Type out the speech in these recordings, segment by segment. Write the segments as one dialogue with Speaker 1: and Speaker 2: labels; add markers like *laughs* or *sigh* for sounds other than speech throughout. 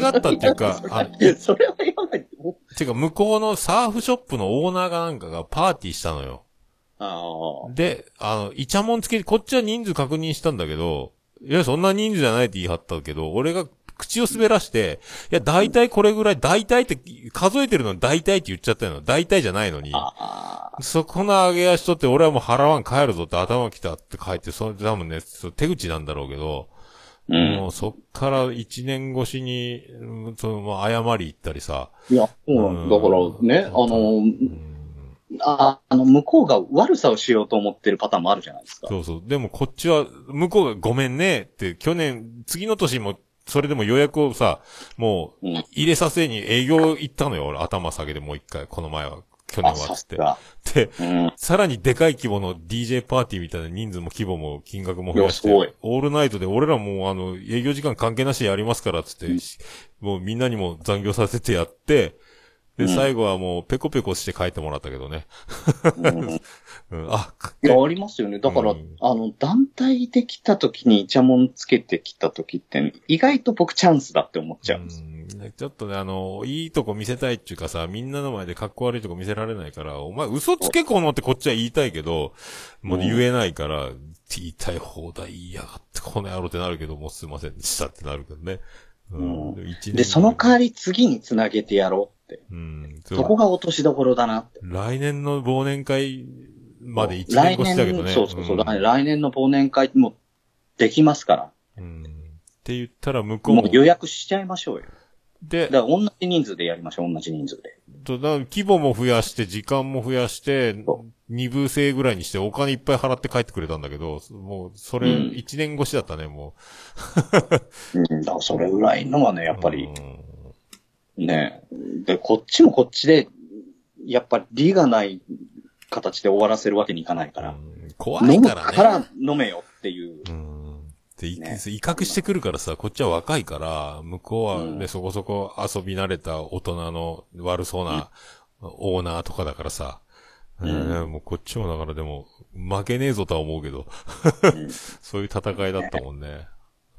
Speaker 1: がったっていうか、あ
Speaker 2: いや *laughs* それは言わないでも。
Speaker 1: てか向こうのサーフショップのオーナーがなんかがパーティーしたのよ。
Speaker 2: あ
Speaker 1: で、あの、イチャモンつけて、こっちは人数確認したんだけど、いや、そんな人数じゃないって言い張ったけど、俺が口を滑らして、いや、大体これぐらい、大体って、数えてるのに大体って言っちゃったの。大体じゃないのに。
Speaker 2: あ。ああ。
Speaker 1: そこの上げ足取って、俺はもう払わん帰るぞって頭きたって書いて、それ多分ね、そ手口なんだろうけど、
Speaker 2: うん。
Speaker 1: もうそっから一年越しに、うんその、もう謝り行ったりさ、
Speaker 2: いや、そうなんだ。だからね、あの、ああの、向こうが悪さをしようと思ってるパターンもあるじゃないですか。
Speaker 1: そうそう。でもこっちは、向こうがごめんねって、去年、次の年も、それでも予約をさ、もう
Speaker 2: うん、
Speaker 1: 入れさせに営業行ったのよ、俺頭下げてもう一回、この前は、去年
Speaker 2: あ、
Speaker 1: は
Speaker 2: さ
Speaker 1: っつっ
Speaker 2: す
Speaker 1: て。
Speaker 2: が。
Speaker 1: で、
Speaker 2: うん。
Speaker 1: さらにでかい規模の DJ パーティーみたいな人数も規模も金額も増やし
Speaker 2: いやすごい
Speaker 1: て、オールナイトで俺らもうあの、営業時間関係なしでやりますからっつって、
Speaker 2: うん
Speaker 1: もうみんなにも残業させてやって、で、
Speaker 2: うん
Speaker 1: 最後はもうペコペコして帰ってもらったけどね。 *laughs*
Speaker 2: うん
Speaker 1: うん、あ、
Speaker 2: いや、ありますよね。だから、
Speaker 1: うん
Speaker 2: あの、団体で来た時にイチャモンつけてきた時って、意外と僕チャンスだって思っちゃうんです。
Speaker 1: うんちょっとね、あの、いいとこ見せたいっていうかさ、みんなの前で格好悪いとこ見せられないから、お前嘘つけこのってこっちは言いたいけど、もう言えないから、言いたい放題言いやがってこの野郎ってなるけど、もうすいませんでしたってなるけどね。
Speaker 2: う
Speaker 1: 一年
Speaker 2: で、その代わり次につなげてやろうって。
Speaker 1: うん、そ
Speaker 2: そこが落としどころだなって。
Speaker 1: う来年の忘年会まで一年
Speaker 2: 来
Speaker 1: 越しだけど
Speaker 2: 年、
Speaker 1: ね。
Speaker 2: そうそうそう、
Speaker 1: ん
Speaker 2: 来年の忘年会もできますから。
Speaker 1: うんって言ったら向こう
Speaker 2: も
Speaker 1: も
Speaker 2: う予約しちゃいましょうよ。
Speaker 1: で
Speaker 2: だか、ら同じ人数でやりましょう、同じ人数で。
Speaker 1: と、だ規模も増やして、時間も増やして
Speaker 2: そ、
Speaker 1: 二部制ぐらいにして、お金いっぱい払って帰ってくれたんだけど、もう、それ、
Speaker 2: うん
Speaker 1: 一年越しだったね、も
Speaker 2: うん、だからそれぐらいのはね、
Speaker 1: う。
Speaker 2: やっぱり
Speaker 1: うん、
Speaker 2: ね、で、こっちもこっちで、やっぱり理がない形で終わらせるわけにいかないから。
Speaker 1: 怖
Speaker 2: 飲
Speaker 1: い
Speaker 2: む
Speaker 1: からね。
Speaker 2: から飲めよっていう。
Speaker 1: うん。で、い
Speaker 2: ね
Speaker 1: 威嚇してくるからさ、こっちは若いから、向こうはね、
Speaker 2: うん
Speaker 1: そこそこ遊び慣れた大人の悪そうなオーナーとかだからさ、
Speaker 2: うん
Speaker 1: うんもうこっちもだからでも、負けねえぞとは思うけど、
Speaker 2: うん
Speaker 1: そういう戦いだったもんね。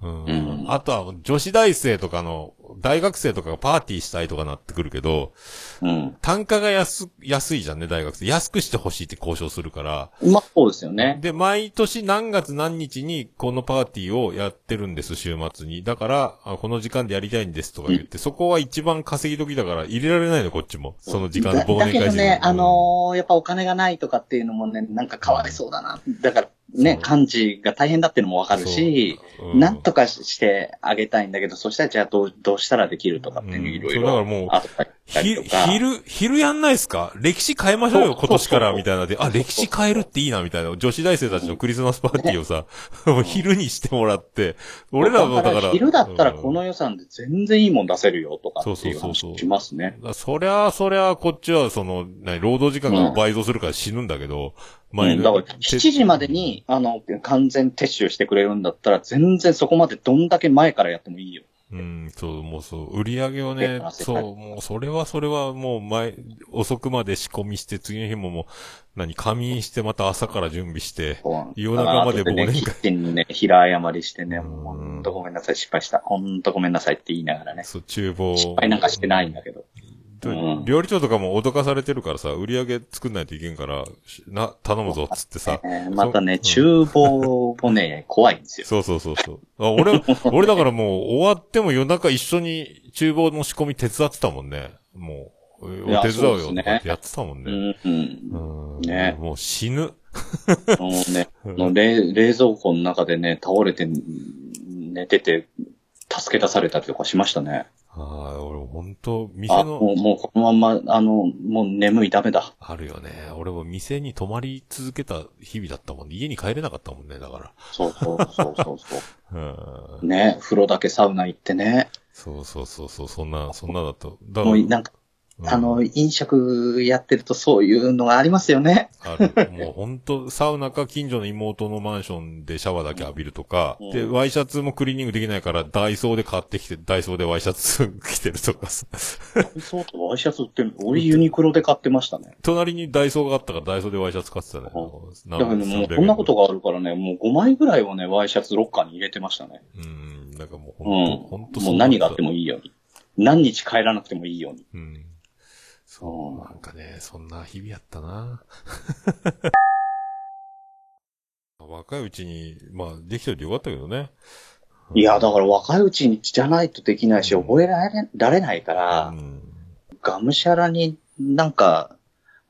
Speaker 1: うん。
Speaker 2: うん
Speaker 1: あとは、女子大生とかの、大学生とかがパーティーしたいとかなってくるけど、
Speaker 2: うん。
Speaker 1: 単価が安、安いじゃんね、大学生。安くしてほしいって交渉するから。
Speaker 2: まあ、そうですよね。
Speaker 1: で、毎年何月何日にこのパーティーをやってるんです、週末に。だから、あこの時間でやりたいんですとか言って、そこは一番稼ぎ時だから入れられないの、こっちも。その時間の
Speaker 2: だ
Speaker 1: 忘
Speaker 2: だ
Speaker 1: 年会
Speaker 2: けど
Speaker 1: 時
Speaker 2: ね
Speaker 1: 間、
Speaker 2: あのーやっぱお金がないとかっていうのもね、なんかかわいそうだな。だからね、
Speaker 1: そう
Speaker 2: 幹事が大変だっていうのもわかるし、
Speaker 1: うん
Speaker 2: なんとかしてあげたいんだけど、そしたらじゃあどうどうしたらできるとかって
Speaker 1: うん
Speaker 2: いろい
Speaker 1: そうだから
Speaker 2: ろ
Speaker 1: もう
Speaker 2: あったり
Speaker 1: ひ
Speaker 2: とか。
Speaker 1: 昼、昼やんないですか歴史変えましょうよ、
Speaker 2: そう
Speaker 1: 今年から、
Speaker 2: そうそう
Speaker 1: みたいな。で、あ、歴史変えるっていいな、みたいな。女子大生たちのクリスマスパーティーを
Speaker 2: *laughs*
Speaker 1: さ、もう昼にしてもらって、俺らもだから。
Speaker 2: 昼だったらこ
Speaker 1: う
Speaker 2: の
Speaker 1: ん
Speaker 2: 予算で全然いいもん出せるよとかっていう
Speaker 1: そうそう
Speaker 2: 話
Speaker 1: そうそう
Speaker 2: しますね。
Speaker 1: だそりゃ、そりゃ、こっちは、その、何、労働時間が倍増するから死ぬんだけど、
Speaker 2: うんだから
Speaker 1: て
Speaker 2: 7時までに、あの、完全撤収してくれるんだったら、全然そこまでどんだけ前からやってもいいよ。
Speaker 1: うん、そう、もうそう、売り上げを
Speaker 2: で
Speaker 1: ね、
Speaker 2: 話せた
Speaker 1: そう、
Speaker 2: り
Speaker 1: もうそれはそれはもう前、遅くまで仕込みして、次の日ももう、何、仮眠して、また朝から準備して、夜中まで忘年会
Speaker 2: あとね、キッチンにね、平謝りしてね、
Speaker 1: うん
Speaker 2: もうほんとごめんなさい、失敗した。ほんとごめんなさいって言いながらね。
Speaker 1: そう、厨房を
Speaker 2: 失敗なんかしてないんだけど。
Speaker 1: で
Speaker 2: うん
Speaker 1: 料理長とかも脅かされてるからさ、売り上げ作んないといけんから、しな、頼むぞ、っつってさ。
Speaker 2: えーまたね、
Speaker 1: そう
Speaker 2: 厨房も
Speaker 1: *laughs*
Speaker 2: ね、怖いんですよ。
Speaker 1: そうそうそうそう。あ俺、
Speaker 2: *laughs*
Speaker 1: 俺だからもう終わっても夜中一緒に厨房の仕込み手伝ってたもんね。もう、
Speaker 2: いや
Speaker 1: お手伝うよ
Speaker 2: そう
Speaker 1: と
Speaker 2: ですね
Speaker 1: かってやってたもんね。
Speaker 2: うん、うん。
Speaker 1: うん
Speaker 2: ね
Speaker 1: もう死ぬ。
Speaker 2: あのね、あの冷冷蔵庫の中でね、倒れて、寝てて、助け出されたりとかしましたね。
Speaker 1: ああ、俺ほんと、店
Speaker 2: あ、
Speaker 1: の、
Speaker 2: もう、もうこのまんま、あの、もう眠いダメだ。
Speaker 1: あるよね。俺も店に泊まり続けた日々だったもんね。家に帰れなかったもんね、だか
Speaker 2: そうそうそうそうそ
Speaker 1: ら。うん *laughs*
Speaker 2: う。ね、風呂だけサウナ行ってね。
Speaker 1: そうそうそうそう、そんな、そんなだと。だ
Speaker 2: もうなんか、
Speaker 1: うん
Speaker 2: あの、飲食やってるとそういうのがありますよね。
Speaker 1: ある。もうほんと、サウナか近所の妹のマンションでシャワーだけ浴びるとか、
Speaker 2: うん
Speaker 1: で、ワイシャツもクリーニングできないから、ダイソーで買ってきて、ダイソーでワイシャツ着てるとかさ、
Speaker 2: そうとワイシャツ売ってる俺ユニクロで買ってましたね。
Speaker 1: 隣にダイソーがあったから、ダイソーでワイシャツ買ってたね。
Speaker 2: だ
Speaker 1: だ
Speaker 2: けどもう、こんなことがあるからね、もう5枚ぐらいはね、ワイシャツロッカーに入れてましたね。
Speaker 1: うん、なんかもう
Speaker 2: う
Speaker 1: ほ
Speaker 2: ん
Speaker 1: んと、ほんと。
Speaker 2: もう何があってもいいように。何日帰らなくてもいいように。
Speaker 1: うん。そう、なんかね、そんな日々やったな。 *laughs* 若いうちに、まあ、できてるでよかったけどね。
Speaker 2: いや、だから若いうちにじゃないとできないし、覚えられられないから、
Speaker 1: うん。
Speaker 2: がむしゃらになんか、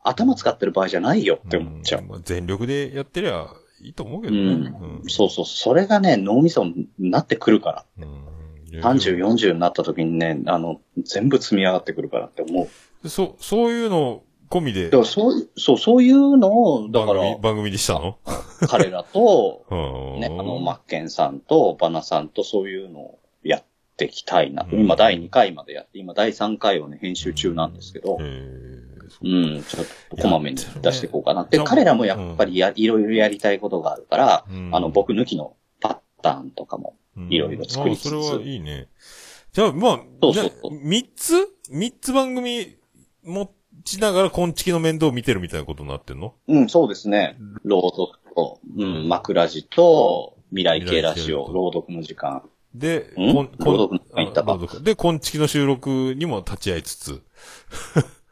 Speaker 2: 頭使ってる場合じゃないよって思っちゃう。
Speaker 1: んまあ全力でやってりゃいいと思うけど
Speaker 2: う
Speaker 1: ね。
Speaker 2: んそうそう、それがね、脳みそになってくるか
Speaker 1: うん。うん
Speaker 2: ら。30、40になった時にね、あの、全部積み上がってくるからって思う。
Speaker 1: そ、そういうの込みで
Speaker 2: だか、らそう、そう、そういうのを、だ
Speaker 1: 番
Speaker 2: か
Speaker 1: 組、
Speaker 2: ら、
Speaker 1: 番組でしたの
Speaker 2: 彼ら
Speaker 1: *laughs*
Speaker 2: と、
Speaker 1: うん。
Speaker 2: ね、あの、マッケンさんと、バナさんとそういうのをやっていきたいなと。
Speaker 1: うん
Speaker 2: 今、第2回までやって、今、第3回をね、編集中なんですけど、
Speaker 1: え
Speaker 2: うん、ちょっとこまめに出していこうかなって。
Speaker 1: やってるね
Speaker 2: 彼らもやっぱりや、いろいろやりたいことがあるから、あの、僕抜きのパターンとかも。いろいろ作りつつ
Speaker 1: あそれはいいね。じゃあ、まあ、
Speaker 2: そうそうそう
Speaker 1: じゃあ三つ三つ番組持ちながら、こんちきの面倒を見てるみたいなことになってんの
Speaker 2: うん、そうですね。朗読と、うん、枕地と、未来系ラジオ、
Speaker 1: 未来系
Speaker 2: 朗読の時間。
Speaker 1: で、
Speaker 2: ん
Speaker 1: こん、こん
Speaker 2: 朗読の入ったか
Speaker 1: あ朗読で、こんちきの収録にも立ち会いつつ。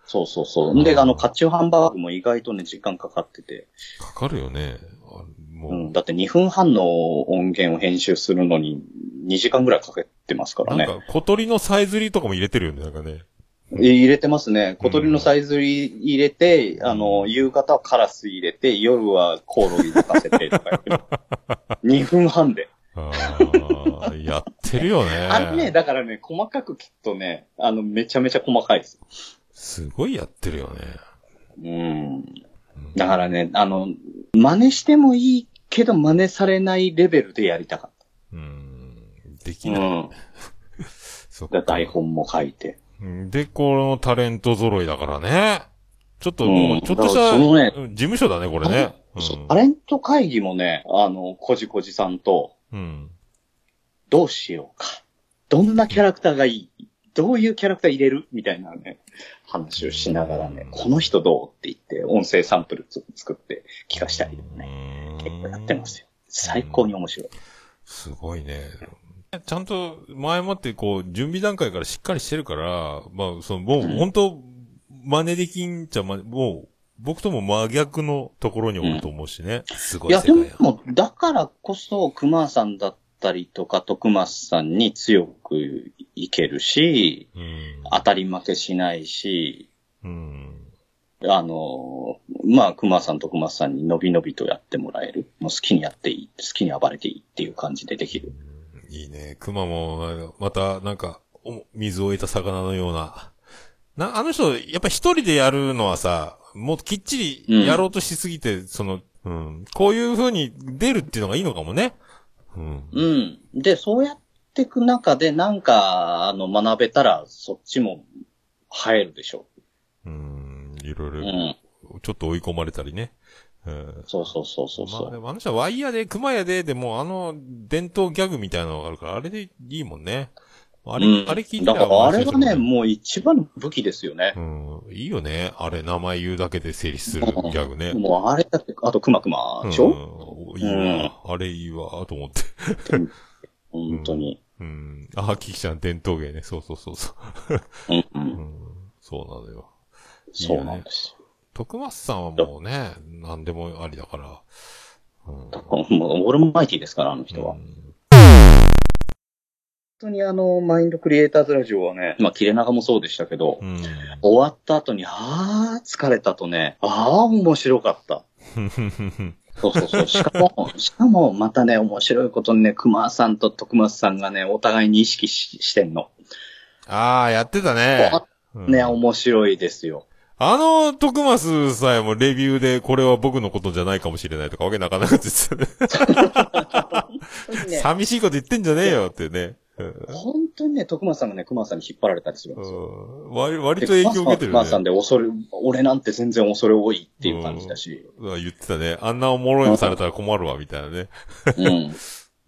Speaker 2: そうそうそう。で、あの、カッチューハンバーグも意外とね、時間かかってて。
Speaker 1: かかるよね。あもう、
Speaker 2: うん、だって2分半の音源を編集するのに2時間ぐらいかけてますから
Speaker 1: なん
Speaker 2: ね。
Speaker 1: か、小鳥のさえずりとかも入れてるよね、なんかね。
Speaker 2: え入れてますね。小鳥のさえずり入れて、あの、夕方はカラス入れて、夜はコオロギ咲かせてとかやってる *laughs* 2分半で。
Speaker 1: ああ、やってるよね。
Speaker 2: *laughs* あれね、だからね、細かくきっとね、あの、めちゃめちゃ細かいです。
Speaker 1: すごいやってるよね。
Speaker 2: うん。
Speaker 1: うん
Speaker 2: だからね、あの、真似してもいいけど真似されないレベルでやりたかっ
Speaker 1: うん。で
Speaker 2: た。
Speaker 1: き
Speaker 2: う
Speaker 1: ない。
Speaker 2: ん。
Speaker 1: そっ
Speaker 2: だ
Speaker 1: か
Speaker 2: 台本も書いて。
Speaker 1: うんで、このタレント揃いだからね。ちょっともう、
Speaker 2: うん
Speaker 1: ちょっとし
Speaker 2: だ
Speaker 1: た、
Speaker 2: からそのね
Speaker 1: うん事務所だね、これね。うん
Speaker 2: そうタレント会議もね、あの、こじこじさんと、
Speaker 1: うん。
Speaker 2: どうしようか。どんなキャラクターがいいどういうキャラクター入れるみたいなね、話をしながらね、この人どうって言って、音声サンプルつ作って聞かしたりとかね、結構やってますよ。最高に面白い。
Speaker 1: すごいね。ちゃんと前もってこう、準備段階からしっかりしてるから、まあ、その、もう
Speaker 2: うん
Speaker 1: 本当、真似できんちゃ、ま、もう、僕とも真逆のところにおると思うしね。すご
Speaker 2: い
Speaker 1: い
Speaker 2: や、
Speaker 1: 世
Speaker 2: で
Speaker 1: 界や。
Speaker 2: も、だからこそ、熊さんだったりとか、徳松さんに強くいけるし、
Speaker 1: うん。
Speaker 2: 当たり負けしないし、
Speaker 1: うん。
Speaker 2: あの、まあ、熊さんと熊さんに伸び伸びとやってもらえる。もう好きにやっていい。好きに暴れていいっていう感じでできる。
Speaker 1: いいね。熊も、また、なんか、お水を得た魚のような。な、あの人、やっぱ一人でやるのはさ、もうきっちりやろうとしすぎて、その、うん。こういう風に出るっていうのがいいのかもね。うん。
Speaker 2: うん。で、そうやっていく中で、なんか、あの、学べたら、そっちも生えるでしょ。
Speaker 1: うん。いろいう
Speaker 2: う
Speaker 1: ろ、
Speaker 2: ん。
Speaker 1: ちょっと追い込まれたりね。うん。
Speaker 2: そうそうそうそう
Speaker 1: まあで
Speaker 2: そう。
Speaker 1: もあの人はワイヤーで、熊やで、でもあの、伝統ギャグみたいなのがあるから、あれでいいもんね。あれ、
Speaker 2: うん
Speaker 1: あれ聞いて
Speaker 2: だから、あれがね、
Speaker 1: も
Speaker 2: もう一番の武器ですよね。
Speaker 1: うん。いいよね。あれ、名前言うだけで成立するギャグね。
Speaker 2: もうあれだって、あと、くまくまでしょ、
Speaker 1: うん、いいわ、あれいいわ、と思って。
Speaker 2: 本当に。
Speaker 1: うん。あ、キキちゃん伝統芸ね。そうそうそうそう。
Speaker 2: うん、う。
Speaker 1: うんん、そうなのよ。
Speaker 2: そうなんですよ。
Speaker 1: 徳松さんはもうね、何でもありだから。うん。
Speaker 2: だからもう、オールマイティですから、あの人は。
Speaker 1: うん
Speaker 2: 本当にあの、マインドクリエイターズラジオはね、まあ、切れ長もそうでしたけど、
Speaker 1: うん。
Speaker 2: 終わった後に、あー、疲れたとね、あー、面白かった。そうそ
Speaker 1: *laughs*
Speaker 2: うそう。しかも、しかも、またね、面白いことにね、熊さんと徳松さんがね、お互いに意識ししてんの。
Speaker 1: *laughs* ああ、やってたね。うん
Speaker 2: ね、面白いで
Speaker 1: *laughs*
Speaker 2: すよ。
Speaker 1: あの、徳松さえもレビューでこれは僕のことじゃないかもしれないとかわけなかなかですよね。
Speaker 2: 本当にね、
Speaker 1: 寂しいこと言ってんじゃねえよってね。うん
Speaker 2: 本当にね、徳松さんがね、熊さんに引っ張られたりするんですよ。
Speaker 1: うん割割
Speaker 2: で
Speaker 1: と影響受けてるよ
Speaker 2: 熊さんは熊さん
Speaker 1: ね。
Speaker 2: で恐れ、俺なんて全然恐れ多いっていう感じだし。
Speaker 1: うわ言ってたね。あんなおもろいのされたら困るわ、みたいなね。
Speaker 2: うん。っ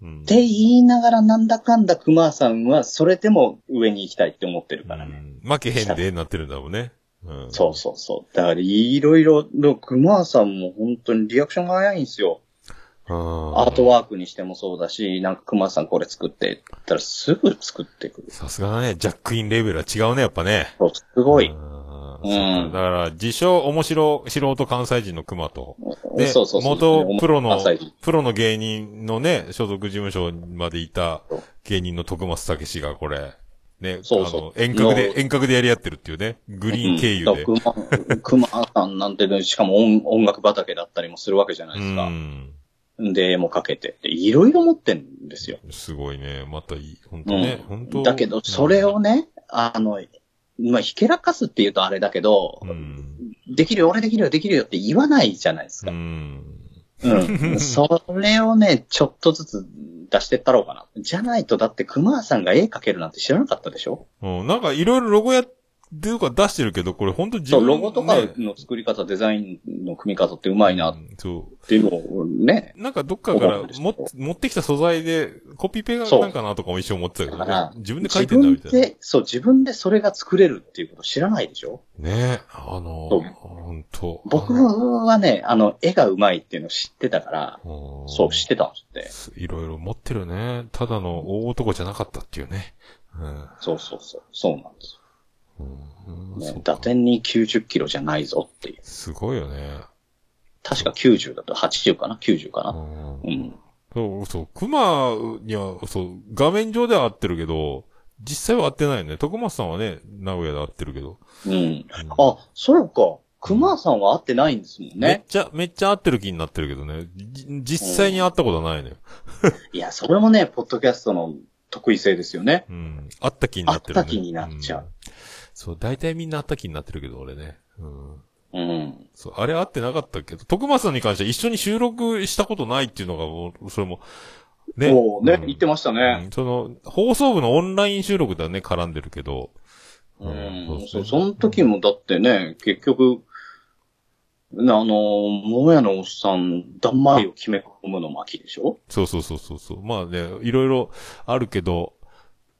Speaker 1: うん。
Speaker 2: て言いながら、なんだかんだ熊さんは、それでも上に行きたいって思ってるからね。
Speaker 1: うん負けへんで、なってるんだもんね。うん。
Speaker 2: そうそうそう。だから、いろいろ、熊さんも本当にリアクションが早いんですよ。
Speaker 1: あ
Speaker 2: アートワークにしてもそうだし、なんか熊さんこれ作ってって言ったらすぐ作ってくる。
Speaker 1: さすがだね。ジャックインレベルは違うね、やっぱね。
Speaker 2: そうすごい。
Speaker 1: あ
Speaker 2: うん
Speaker 1: ーそっかだから、自称、面白、素人関西人の熊と。で、
Speaker 2: そうそうそう。
Speaker 1: 元プロの
Speaker 2: 朝日、
Speaker 1: プロの芸人のね、所属事務所までいた芸人の徳松武史がこれ、ね、
Speaker 2: そうそう
Speaker 1: あの、遠隔で
Speaker 2: の、
Speaker 1: 遠隔でやり合ってるっていうね、グリーン経由で。
Speaker 2: うんだから熊熊さんなんてね、しかも音音楽畑だったりもするわけじゃないうですか。
Speaker 1: ん。
Speaker 2: で、絵もかけて。いろいろ持ってんですよ。
Speaker 1: すごいね。またいい。本当ね。
Speaker 2: う
Speaker 1: 本
Speaker 2: ん。
Speaker 1: 当
Speaker 2: だけど、それをね、あの、まあ、ひけらかすって言うとあれだけど、
Speaker 1: うん。
Speaker 2: できるよ、俺できるよ、できるよって言わないじゃないです
Speaker 1: う
Speaker 2: か。
Speaker 1: ん。 *laughs*
Speaker 2: うん。それをね、ちょっとずつ出してったろうかな。じゃないと、だって熊さんが絵描けるなんて知らなかったでしょ
Speaker 1: うん。なんか、いろいろロゴや、っていうか出してるけど、これ本当自
Speaker 2: そ
Speaker 1: 分
Speaker 2: う、ロゴとか
Speaker 1: ね
Speaker 2: の作り方、デザインの組み方ってうまいなっ
Speaker 1: うんそう。
Speaker 2: ていうのをね、
Speaker 1: なんかどっかから
Speaker 2: 思うんですけ
Speaker 1: も
Speaker 2: ど
Speaker 1: 持ってきた素材でコピペが
Speaker 2: そう
Speaker 1: なんかなとかも一生思ってたけど
Speaker 2: だから、
Speaker 1: 自分で書
Speaker 2: 自
Speaker 1: いてんだみ
Speaker 2: 分
Speaker 1: たいな。
Speaker 2: で、そう、自分でそれが作れるっていうこと知らないでしょ
Speaker 1: ねえ、あの
Speaker 2: そう
Speaker 1: ー、ほんと。
Speaker 2: 僕
Speaker 1: あの
Speaker 2: はね、あの、絵がうまいっていうの知ってたから、
Speaker 1: うん
Speaker 2: そう、知ってたんですって。
Speaker 1: いろいろ持ってるね。ただの大男じゃなかったっていうね。うん
Speaker 2: そうそうそう、そうなんです
Speaker 1: うん。
Speaker 2: よ。
Speaker 1: そ
Speaker 2: ね、
Speaker 1: う
Speaker 2: 打
Speaker 1: か
Speaker 2: 点に90キロじゃないぞっていう。
Speaker 1: すごいよね。
Speaker 2: 確か90だと80かな ?90 か
Speaker 1: う
Speaker 2: な、
Speaker 1: ん
Speaker 2: うん、
Speaker 1: そう、そう、熊には、そう、画面上では合ってるけど、実際は合ってないよね。徳松さんはね、名古屋で合ってるけど。
Speaker 2: うん。
Speaker 1: うん
Speaker 2: あ、そうか。熊さんは会ってないんですもん
Speaker 1: めっ
Speaker 2: ね。
Speaker 1: ちゃ、めっちゃ合ってる気になってるけどね。じ実際に会ったことはないのよ。
Speaker 2: いや、それもね、ポッドキャストの得意性ですよね。
Speaker 1: うん。あった気になってる、ね。
Speaker 2: あった気になっちゃうん
Speaker 1: そう、大体みんなあった気になってるけど、俺ね。うん。
Speaker 2: うん。
Speaker 1: そう、あれあってなかったけど、徳松さんに関しては一緒に収録したことないっていうのが、もう、それも、ね。
Speaker 2: もうね、
Speaker 1: うん
Speaker 2: 言ってました
Speaker 1: う
Speaker 2: ね。
Speaker 1: んその、放送部のオンライン収録ではね、絡んでるけど。
Speaker 2: う
Speaker 1: そ
Speaker 2: ん。そううその時もだってね、結局、なあの、桃屋のおっさん、だんまりを決め込むの巻でしょ
Speaker 1: そうそうそうそうそう。まあね、いろいろあるけど、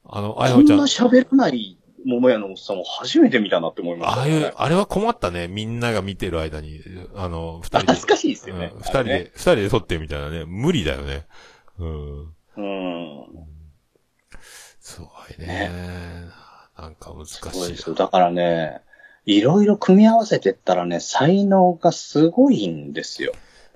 Speaker 1: あの、あや
Speaker 2: こ
Speaker 1: ほ
Speaker 2: ん
Speaker 1: ちゃ。
Speaker 2: なん喋らない桃屋のおっさんを初めて見たなって思いまし
Speaker 1: あ
Speaker 2: た
Speaker 1: あ
Speaker 2: ね、
Speaker 1: いう、あれは困ったね。みんなが見てる間に、あの、二人で
Speaker 2: 懐。かしいですよね。
Speaker 1: うん二人
Speaker 2: あれね
Speaker 1: で、二人で撮ってみたいなね。無理だよね。うん。
Speaker 2: うん。
Speaker 1: すごいね。なんか難
Speaker 2: そう
Speaker 1: しい
Speaker 2: ですよ。だからね、いろいろ組み合わせてったらね、才能がすごいんですよ。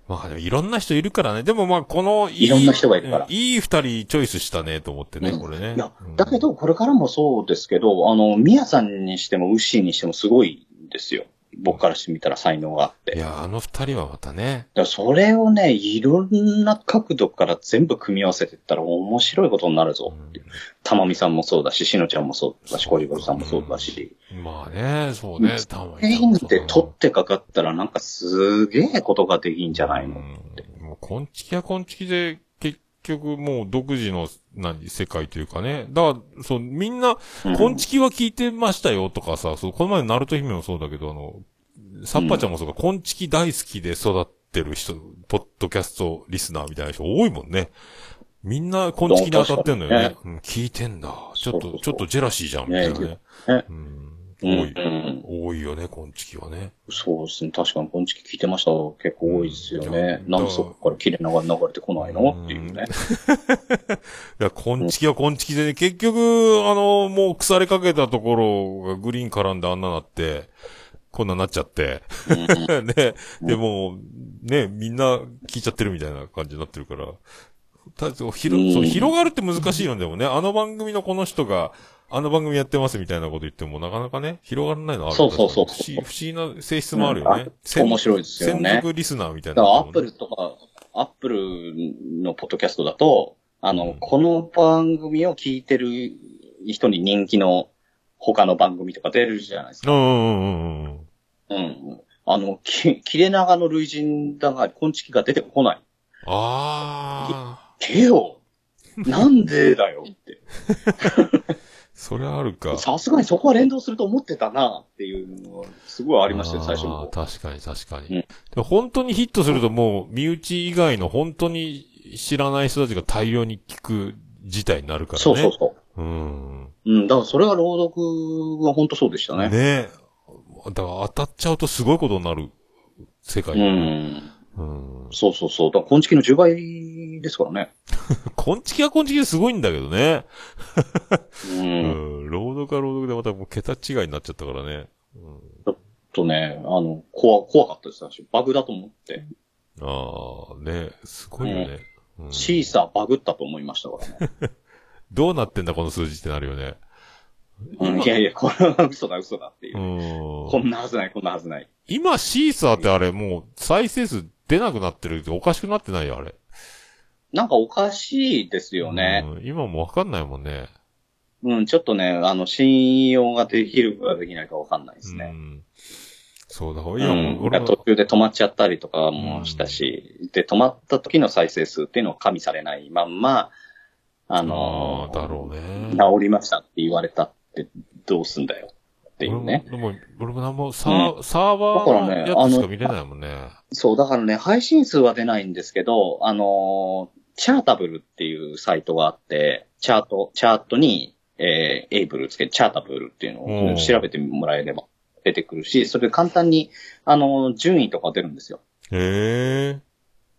Speaker 1: まあでもいろんな人いるからね。でもまあこのい
Speaker 2: いろんな人がいるから
Speaker 1: うんいい二人チョイスしたねと思ってね、
Speaker 2: うん
Speaker 1: これね。
Speaker 2: いや
Speaker 1: うん、
Speaker 2: だけ、ど、これからもそうですけど、あの、ミヤさんにしても、ウッシーにしてもすごいんですよ。僕からしてみたら才能があって。
Speaker 1: い
Speaker 2: だか
Speaker 1: や、あの二人はまたね。
Speaker 2: らそれをね、いろんな角度から全部組み合わせてったら面白いことになる
Speaker 1: う
Speaker 2: ぞ。
Speaker 1: ん
Speaker 2: たまみさんもそうだし、しのちゃんもそうだし、こりごりさんもそうだし。
Speaker 1: まあね、そうね、たま
Speaker 2: 全員で取ってかかったらなんかすげえことができんじゃないの、
Speaker 1: うんもう、こんちきはこんちきで、結局もう独自の、何、世界というかね。だから、そう、みんな、
Speaker 2: うん
Speaker 1: こんちきは聞いてましたよとかさ、そう、この前のナルト姫もそうだけど、あの、サッパちゃんもそうか、こんちき大好きで育ってる人、ポッドキャストリスナーみたいな人多いもんね。みんな、こんちきに当たってんのよね。うん、聞いてんだ。ちょっと、
Speaker 2: そうそうそう
Speaker 1: ちょっとジェラシーじゃん、みたいなね。
Speaker 2: ね
Speaker 1: うん。
Speaker 2: うん
Speaker 1: 多い、
Speaker 2: うん
Speaker 1: 多いよね、こんちきはね。
Speaker 2: そうですね。確かに、こんちき聞いてました。結構多いですよね。
Speaker 1: うん
Speaker 2: なんでそこから綺麗な流れてこないのっていうね。
Speaker 1: いや、こんちきはこんちきでね、結局、あの、もう腐れかけたところがグリーン絡んであんななって、こんななっちゃって。 *laughs* ね、でも、ね、みんな聞いちゃってるみたいな感じになってるから。たそうひろ
Speaker 2: うん
Speaker 1: そう広がるって難しいよね、でもね。あの番組のこの人が、あの番組やってますみたいなこと言っても、なかなかね、広がらないのはある
Speaker 2: そうそうそう
Speaker 1: 確かに不思議不思議な性質もあるよね。
Speaker 2: うんあ面白いですよ
Speaker 1: 専
Speaker 2: ね。
Speaker 1: 属リスナーみたい
Speaker 2: だか
Speaker 1: な
Speaker 2: ら、ア
Speaker 1: のも
Speaker 2: ッ
Speaker 1: ね、
Speaker 2: プルとか、アップルのポッドキャストだと、あの、
Speaker 1: うん
Speaker 2: この番組を聞いてる人に人気の他の番組とか出るじゃないですか。
Speaker 1: うんうんうんうんうん。
Speaker 2: うん。あの、き切れ長の類人だが、こんちきが出てこない。
Speaker 1: ああ。
Speaker 2: けよなんでだよって。
Speaker 1: それはあるか。
Speaker 2: さすがにそこは連動すると思ってたなっていうのは、すごいありましたよ、最初の
Speaker 1: あー
Speaker 2: 方。
Speaker 1: 確かに確かに。
Speaker 2: うん
Speaker 1: で本当にヒットするともう、身内以外の本当に知らない人たちが大量に聞く事態になるからね。。
Speaker 2: そうそうそう
Speaker 1: うん。
Speaker 2: う。うん、だからそれが朗読は本当そうでしたね。
Speaker 1: ねえ。だから当たっちゃうとすごいことになる世界
Speaker 2: う。ん。
Speaker 1: うん。
Speaker 2: そうそうそう。だから、今月の10倍ですからね。
Speaker 1: こんちきはこんちきですごいんだけどね。
Speaker 2: う。
Speaker 1: うんん。朗読は朗読でまたもう桁違いになっちゃったからね。うん。
Speaker 2: とね、あの、怖、怖かったです、私。バグだと思って。
Speaker 1: ああ、ね、すごいよね。うん
Speaker 2: シーサーバグったと思いましたからね。
Speaker 1: どうなってんだ、この数字ってなるよね。 *laughs*
Speaker 2: うん、いやいや、これは嘘だ、嘘だっていうう。
Speaker 1: ん。
Speaker 2: こんなはずない、こんなはずない。
Speaker 1: 今、シーサーってあれ、もう、再生数出なくなってるっておかしくなってないよ、あれ。
Speaker 2: なんかおかしいですよね。
Speaker 1: うん。今もうわかんないもんね。
Speaker 2: うん、ちょっとね、あの、信用ができるかできないかわかんないです
Speaker 1: う
Speaker 2: ね。
Speaker 1: ん。そうだ、
Speaker 2: う
Speaker 1: 今もう
Speaker 2: ん、だか
Speaker 1: 俺
Speaker 2: ら
Speaker 1: も
Speaker 2: 途中で止まっちゃったりとかもしたし、で、止まった時の再生数っていうのを加味されないまんま、あの
Speaker 1: ああ、だろうね。
Speaker 2: 治りましたって言われたってどうすんだよってい
Speaker 1: 俺
Speaker 2: う
Speaker 1: も
Speaker 2: ね。
Speaker 1: でも、俺もなんもサー、サーバ
Speaker 2: だ
Speaker 1: ー
Speaker 2: からね
Speaker 1: のやつしか見れないもんね。
Speaker 2: そう、だからね、配信数は出ないんですけど、あのーチャータブルっていうサイトがあって、チャート、チャートに、えー、エイブルつけて、チャータブルっていうの
Speaker 1: うん
Speaker 2: を調べてもらえれば出てくるし、それで簡単に、あのー順位とか出るんですよ。
Speaker 1: へえ。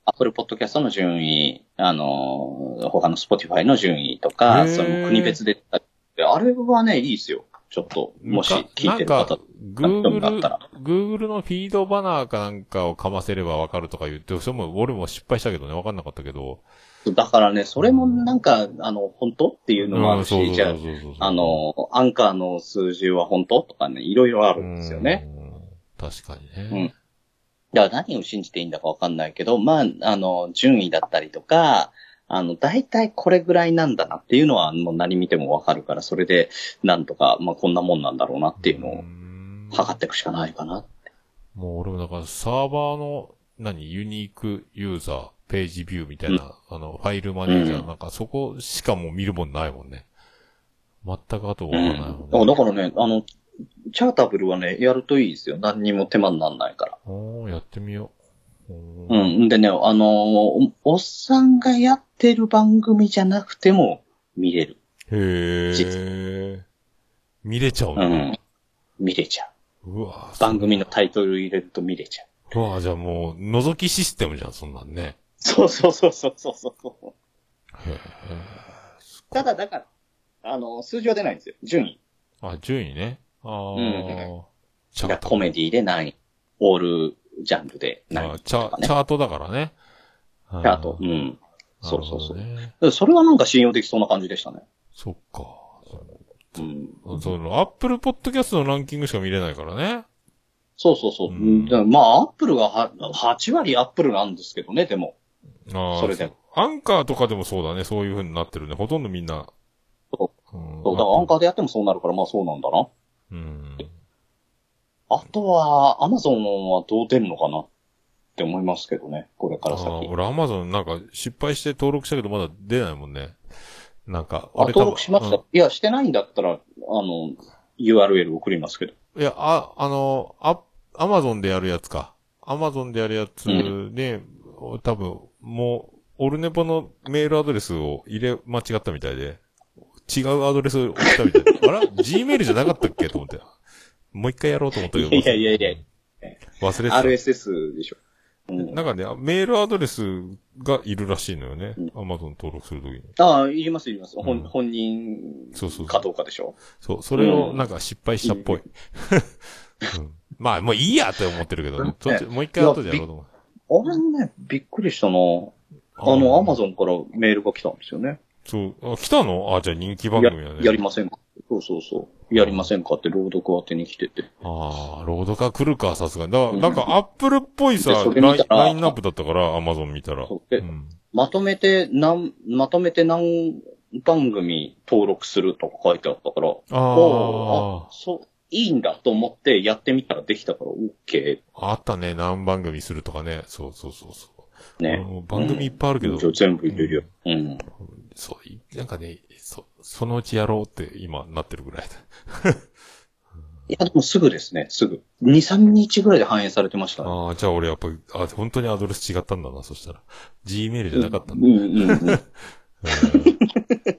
Speaker 2: Apple Podcast の順位、あのー他の Spotify の順位とか、
Speaker 1: へー
Speaker 2: その国別で出たりして、あれはね、いいですよ。ちょっと、もし聞いてる
Speaker 1: なん
Speaker 2: 方
Speaker 1: か、
Speaker 2: 興味があった
Speaker 1: Google Google
Speaker 2: ら、
Speaker 1: のフィードバナーかなんかをかませればわかるとか言って、それも俺も失敗したけどね、わかんなかったけど。
Speaker 2: だからね、それもなんか、あの、本当っていうのもあるし、じゃあ、
Speaker 1: そう
Speaker 2: あ、の、アンカーの数字は本当とかね、いろいろあ
Speaker 1: う
Speaker 2: るん
Speaker 1: ん
Speaker 2: ですよね。。
Speaker 1: 確かに
Speaker 2: うん
Speaker 1: ね。
Speaker 2: だから何を信じていいんだかわかんないけど、まあ、あの、順位だったりとか、あの、大体これぐらいなんだなっていうのは、もう何見てもわかるから、それで、なんとか、まあ、こんなもんなんだろうなっていうのを
Speaker 1: ん
Speaker 2: 測っていくしかないかな。
Speaker 1: もう俺もだからサーバーの、何、ユニークユーザー、ページビューみたいな、あの、ファイルマネージャー、
Speaker 2: うん
Speaker 1: なんかそこしかもう見るもんないもんね。全く後が
Speaker 2: う
Speaker 1: わか
Speaker 2: ん。
Speaker 1: らない
Speaker 2: だ
Speaker 1: も
Speaker 2: か
Speaker 1: ん
Speaker 2: らだ
Speaker 1: ね。
Speaker 2: からね、あの、チャータブルはね、やるといいですよ。何にも手間にならないから。
Speaker 1: おーやってみよう。お
Speaker 2: う
Speaker 1: ー
Speaker 2: ん。でね、あのお、おっさんがやってる番組じゃなくても見れる。
Speaker 1: へえ。見れちゃう
Speaker 2: う
Speaker 1: ね。
Speaker 2: ん。見れちゃう。
Speaker 1: うわぁ
Speaker 2: 番組のタイトル入れると見れちゃう。
Speaker 1: うわぁじゃあもう、覗きシステムじゃん、そんなんね。
Speaker 2: そうそうそうそうそうそう。
Speaker 1: へえ。
Speaker 2: ただ、だから、あの、数字は出ないんですよ。順位。
Speaker 1: あ、順位ね。あ
Speaker 2: うん
Speaker 1: あ。チ
Speaker 2: だからコメディで何位。オールジャンルで何
Speaker 1: あ
Speaker 2: 位
Speaker 1: チ
Speaker 2: と
Speaker 1: ャ
Speaker 2: かね。
Speaker 1: チャートだからね。チ
Speaker 2: チャート。うん。そうそうそう。だ
Speaker 1: ね。
Speaker 2: からそれはなんか信用できそうな感じでしたね。
Speaker 1: そっか。
Speaker 2: うん。
Speaker 1: その、アップルポッドキャストのランキングしか見れないからね。
Speaker 2: そうそうそう。
Speaker 1: うん
Speaker 2: だからまあ、アップルがは8割アップルなんですけどね、でも。
Speaker 1: ああ。
Speaker 2: それで
Speaker 1: う。アンカーとかでもそうだね。そういう風になってるね。ほとんどみんな。
Speaker 2: そ
Speaker 1: うん
Speaker 2: そうだからアンカーでやってもそうなるから、まあそうなんだな。
Speaker 1: うん。
Speaker 2: あとは、アマゾンはどう出るのかなって思いますけどね、これから
Speaker 1: ああ
Speaker 2: 先。
Speaker 1: 俺アマゾンなんか失敗して登録したけどまだ出ないもんね。なんか、
Speaker 2: あ、
Speaker 1: 俺多分
Speaker 2: 登録しました、
Speaker 1: う
Speaker 2: いや、してないんだったら、あの、URL 送りますけど。
Speaker 1: んいや、あ、あの、あ、アマゾンでやるやつか。アマゾンでやるやつで、多分、もう、オルネポのメールアドレスを入れ間違ったみたいで、違うアドレスを送ったみたい
Speaker 2: *laughs*
Speaker 1: で、あら ?Gmail じゃなかったっけと思って。もう一回やろうと思ったけど。
Speaker 2: いやいやいやい
Speaker 1: 忘れてた。
Speaker 2: RSS でしょ。うん、
Speaker 1: なんかね、メールアドレスがいるらしいのよね
Speaker 2: うん。
Speaker 1: アマゾン登録するときに。
Speaker 2: ああ、いります、いります。
Speaker 1: うん
Speaker 2: 本本人
Speaker 1: そうそうそう
Speaker 2: かどうかでしょ。
Speaker 1: そう、それをなんか失敗したっぽい。 *laughs* うんまあ、もういいやって思ってるけど、
Speaker 2: うん
Speaker 1: 途中もう一回後でやろうと思う。
Speaker 2: あれね、びっくりしたな。あの、アマゾンからメールが来たんですよね。
Speaker 1: そう、あ、来たのあ、じゃあ人気番
Speaker 2: や
Speaker 1: 組だね。
Speaker 2: やりませんかそうそうそう。やりませんかって朗読当てに来てて。
Speaker 1: ああ、ロードが来るか、さすがに。だから、
Speaker 2: うん
Speaker 1: なんかアップルっぽいさ、
Speaker 2: でそれ
Speaker 1: ラ
Speaker 2: 見
Speaker 1: イン
Speaker 2: たら
Speaker 1: ラインナップだったから、アマゾン見たら。
Speaker 2: そうで
Speaker 1: うん
Speaker 2: まとめて何、まとめて何番組登録するとか書いてあったから、おー
Speaker 1: あ
Speaker 2: あ、そう、いいんだと思ってやってみたらできたから、OK。
Speaker 1: あ、あったね、何番組するとかね。そうそうそうそう。
Speaker 2: ね。
Speaker 1: うん番組いっぱいあるけど、
Speaker 2: じゃあ全部入れるよ。うん。
Speaker 1: そうい、なんかね、そ、そのうちやろうって今なってるぐらいだ。
Speaker 2: いや、でもすぐですね、すぐ。2、3日ぐらいで反映されてましたね。
Speaker 1: ああ、じゃあ俺やっぱ、あ、本当にアドレス違ったんだな、そしたら。Gmail じゃなかった
Speaker 2: うんん
Speaker 1: だ。
Speaker 2: うんう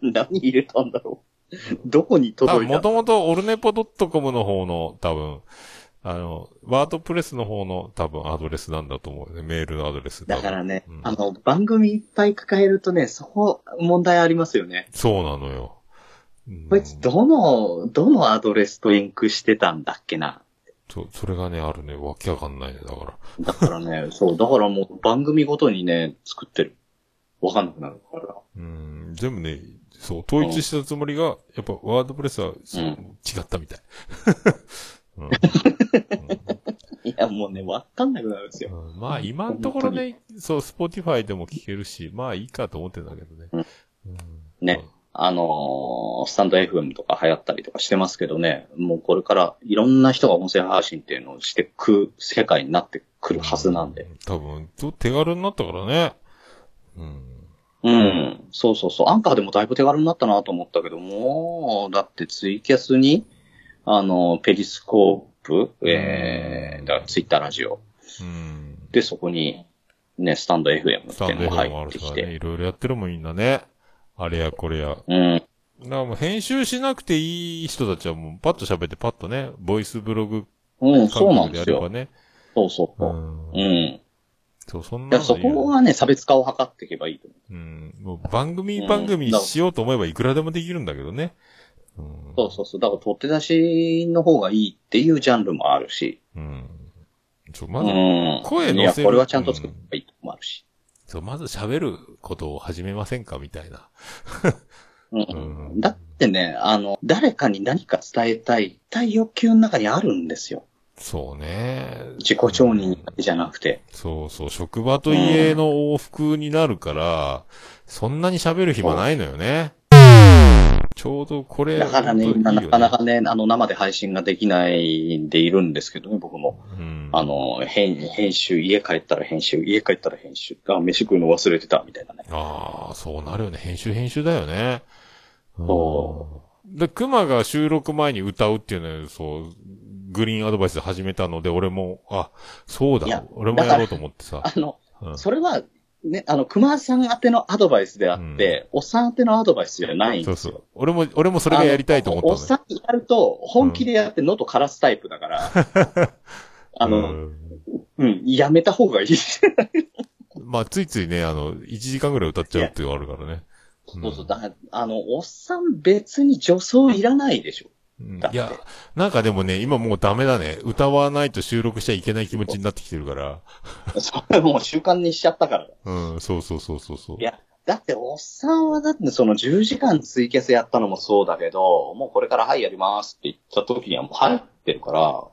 Speaker 2: ん。何入れたんだろう。どこに
Speaker 1: 多
Speaker 2: 届
Speaker 1: 分
Speaker 2: い
Speaker 1: も
Speaker 2: た
Speaker 1: ともとオルネポ .com の方の、多分、あの、ワードプレスの方の多分アドレスなんだと思うよね。メールのアドレス。多
Speaker 2: だ
Speaker 1: 分
Speaker 2: からね、
Speaker 1: うん
Speaker 2: あの、番組いっぱい抱えるとね、そこ、問題ありますよね。
Speaker 1: そうなのよ。うん
Speaker 2: こいつ、どの、どのアドレスとリンクしてたんだっけな。
Speaker 1: そ、それがね、あるね。わけわかんないね。だから。
Speaker 2: だから
Speaker 1: *laughs*
Speaker 2: ね、そう、だからもう番組ごとにね、作ってる。わかんなくなるから。
Speaker 1: うん、全部ね、そう、統一したつもりが、やっぱワードプレスは、そう
Speaker 2: うん
Speaker 1: 違ったみたい。 *laughs* うん
Speaker 2: いや、もうね、わかんなくなるんですよ。
Speaker 1: うんまあ今のところね、そう、スポティファイでも聞けるし、まあいいかと思ってんだけどね。
Speaker 2: うん
Speaker 1: うん
Speaker 2: ね。あのースタンド FM とか流行ったりとかしてますけどね、もうこれからいろんな人が音声配信っていうのをしてく世界になってくるはずなんで。。
Speaker 1: 多分、と手軽になったからね。うん。
Speaker 2: うん。そうそうそう。アンカーでもだいぶ手軽になったなと思ったけども、だってツイキャスに、あの、ペリスコープ、えー、だからツイッターラジオ。
Speaker 1: うん。
Speaker 2: で、そこに、ね、スタンド FM っ
Speaker 1: ス
Speaker 2: て
Speaker 1: タ
Speaker 2: いう
Speaker 1: ンド
Speaker 2: の
Speaker 1: F
Speaker 2: が
Speaker 1: もあ
Speaker 2: 入っ
Speaker 1: る
Speaker 2: て
Speaker 1: か
Speaker 2: き
Speaker 1: らね、
Speaker 2: て。
Speaker 1: いろいろやってるもんいいんだね。あれやこれや。
Speaker 2: うん。
Speaker 1: だからもう編集しなくていい人たちはもうパッと喋ってパッとね、ボイスブログ
Speaker 2: うん、そう
Speaker 1: 感
Speaker 2: な
Speaker 1: 覚で
Speaker 2: んで
Speaker 1: や
Speaker 2: す
Speaker 1: れば
Speaker 2: よ。
Speaker 1: ね。
Speaker 2: そうそう
Speaker 1: う
Speaker 2: そう。
Speaker 1: ん
Speaker 2: うん。
Speaker 1: そう、そん
Speaker 2: だ
Speaker 1: な
Speaker 2: から
Speaker 1: の
Speaker 2: そ
Speaker 1: いいよ
Speaker 2: こはね、差別化を図っていけばいいと思う。
Speaker 1: うん。もう番組
Speaker 2: うん
Speaker 1: 番組しようと思えばいくらでもできるんだけどね。うん。
Speaker 2: そうそうそう。だから取って出しの方がいいっていうジャンルもあるし。
Speaker 1: うん。そう、
Speaker 2: う
Speaker 1: まず、
Speaker 2: ん。
Speaker 1: 声乗せる
Speaker 2: いや、これはちゃんと作った方がいいとこもあるし。
Speaker 1: そう、まず喋ることを始めませんかみたいな。
Speaker 2: うん
Speaker 1: うん
Speaker 2: だってね、あの、誰かに何か伝えたい、たい欲求の中にあるんですよ。
Speaker 1: そうね。
Speaker 2: 自己承認だけじゃなくて。
Speaker 1: そうそう、職場と家の往復になるから、そんなに喋る暇ないのよね。ちょうどこれ、
Speaker 2: だからね、
Speaker 1: 本当にいいよ
Speaker 2: 今なかなかね、あの、生で配信ができないんでいるんですけどね、僕も。
Speaker 1: うん。
Speaker 2: あ、の、編編集、家帰ったら編集、家帰ったら編集、あ、飯食うの忘れてた、みたいなね。
Speaker 1: ああ、そうなるよね。編集編集だよね。うん
Speaker 2: そ
Speaker 1: で、熊が収録前に歌うっていうのを、そう、グリーンアドバイスで始めたので、俺も、あ、そう
Speaker 2: い
Speaker 1: だ
Speaker 2: や、
Speaker 1: 俺もやろうと思ってさ。
Speaker 2: あの、
Speaker 1: うん
Speaker 2: それは、ね、あの、熊さん宛てのアドバイスであって、おっさん宛てのアドバイスじゃないん
Speaker 1: そう
Speaker 2: です
Speaker 1: そ
Speaker 2: よ。
Speaker 1: う。俺も、俺もそれがやりたいと思った
Speaker 2: あ
Speaker 1: の
Speaker 2: のお
Speaker 1: よ
Speaker 2: っさんやると、本気でやって喉枯らすタイプだから、
Speaker 1: *laughs*
Speaker 2: あの、
Speaker 1: うん
Speaker 2: うん、やめた方がいい。そう
Speaker 1: まあ、ついついね、あの、1時間ぐらい歌っちゃうっていうのがあるからね。うん
Speaker 2: そう、だからあの、おっさん別に女装いらないでしょ。
Speaker 1: うん
Speaker 2: だっ
Speaker 1: い
Speaker 2: て
Speaker 1: や、なんかでもね、今もうダメだね。歌わないと収録しちゃいけない気持ちになってきてるから。
Speaker 2: それもう習慣にしちゃったから。
Speaker 1: うん、そうそうそうそうそう
Speaker 2: い。や、だっておっさんはだってその10時間ツイキャスやったのもそうだけど、もうこれからはいやりますって言った時にはもう入ってるから、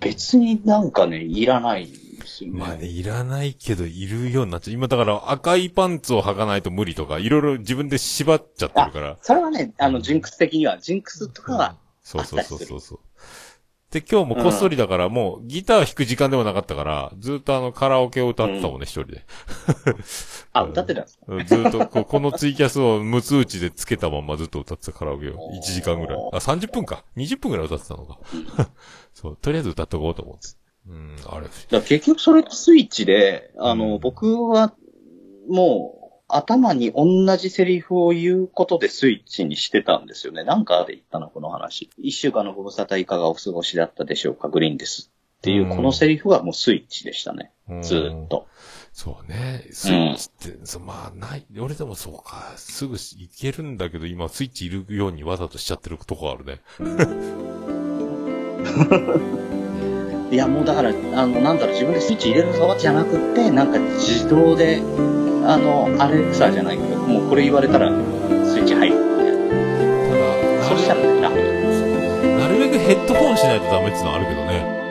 Speaker 2: 別になんかね、いらないんですよね。
Speaker 1: まあね、いらないけど、いるようになっちゃう。今だから赤いパンツを履かないと無理とか、いろいろ自分で縛っちゃってるから。
Speaker 2: それはね、あの、ジンクス的には、ジンクスとかは、
Speaker 1: そうそうそうそうそう。で、今日もこっそりだから、もうギター弾く時間でもなかったから、ずっとあのカラオケを歌ってたもんね、一人で。
Speaker 2: あ、歌ってたんですか
Speaker 1: ずっとこう、このツイキャスを無通知でつけたまんまずっと歌ってたカラオケを。1時間ぐらい。あ、30分か。20分ぐらい歌ってたのか。 *laughs* そう、とりあえず歌っとこうと思って。うん、あれ。
Speaker 2: だから結局それスイッチで、あの、
Speaker 1: うん
Speaker 2: 僕は、もう、頭に同じセリフを言うことでスイッチにしてたんですよね。なんかで言ったの、この話。一週間のご無沙汰いかがお過ごしだったでしょうか、グリーンです。っていう、このセリフはもうスイッチでしたね。
Speaker 1: うん
Speaker 2: ずーっと。
Speaker 1: そうね。スイッチって、そうまあ、ない。俺でもそうか。すぐし行けるんだけど、今スイッチいるようにわざとしちゃってるとこあるね。
Speaker 2: いや、もうだから、あの、なんだろう、自分でスイッチ入れるぞじゃなくって、なんか自動で、あの、アレクサじゃないけど、もうこれ言われたら、スイッチ入るみたいな。
Speaker 1: ただ、な
Speaker 2: そしたら、ね、楽。
Speaker 1: るなるべくヘッドホンしないとダメっていうのはあるけどね。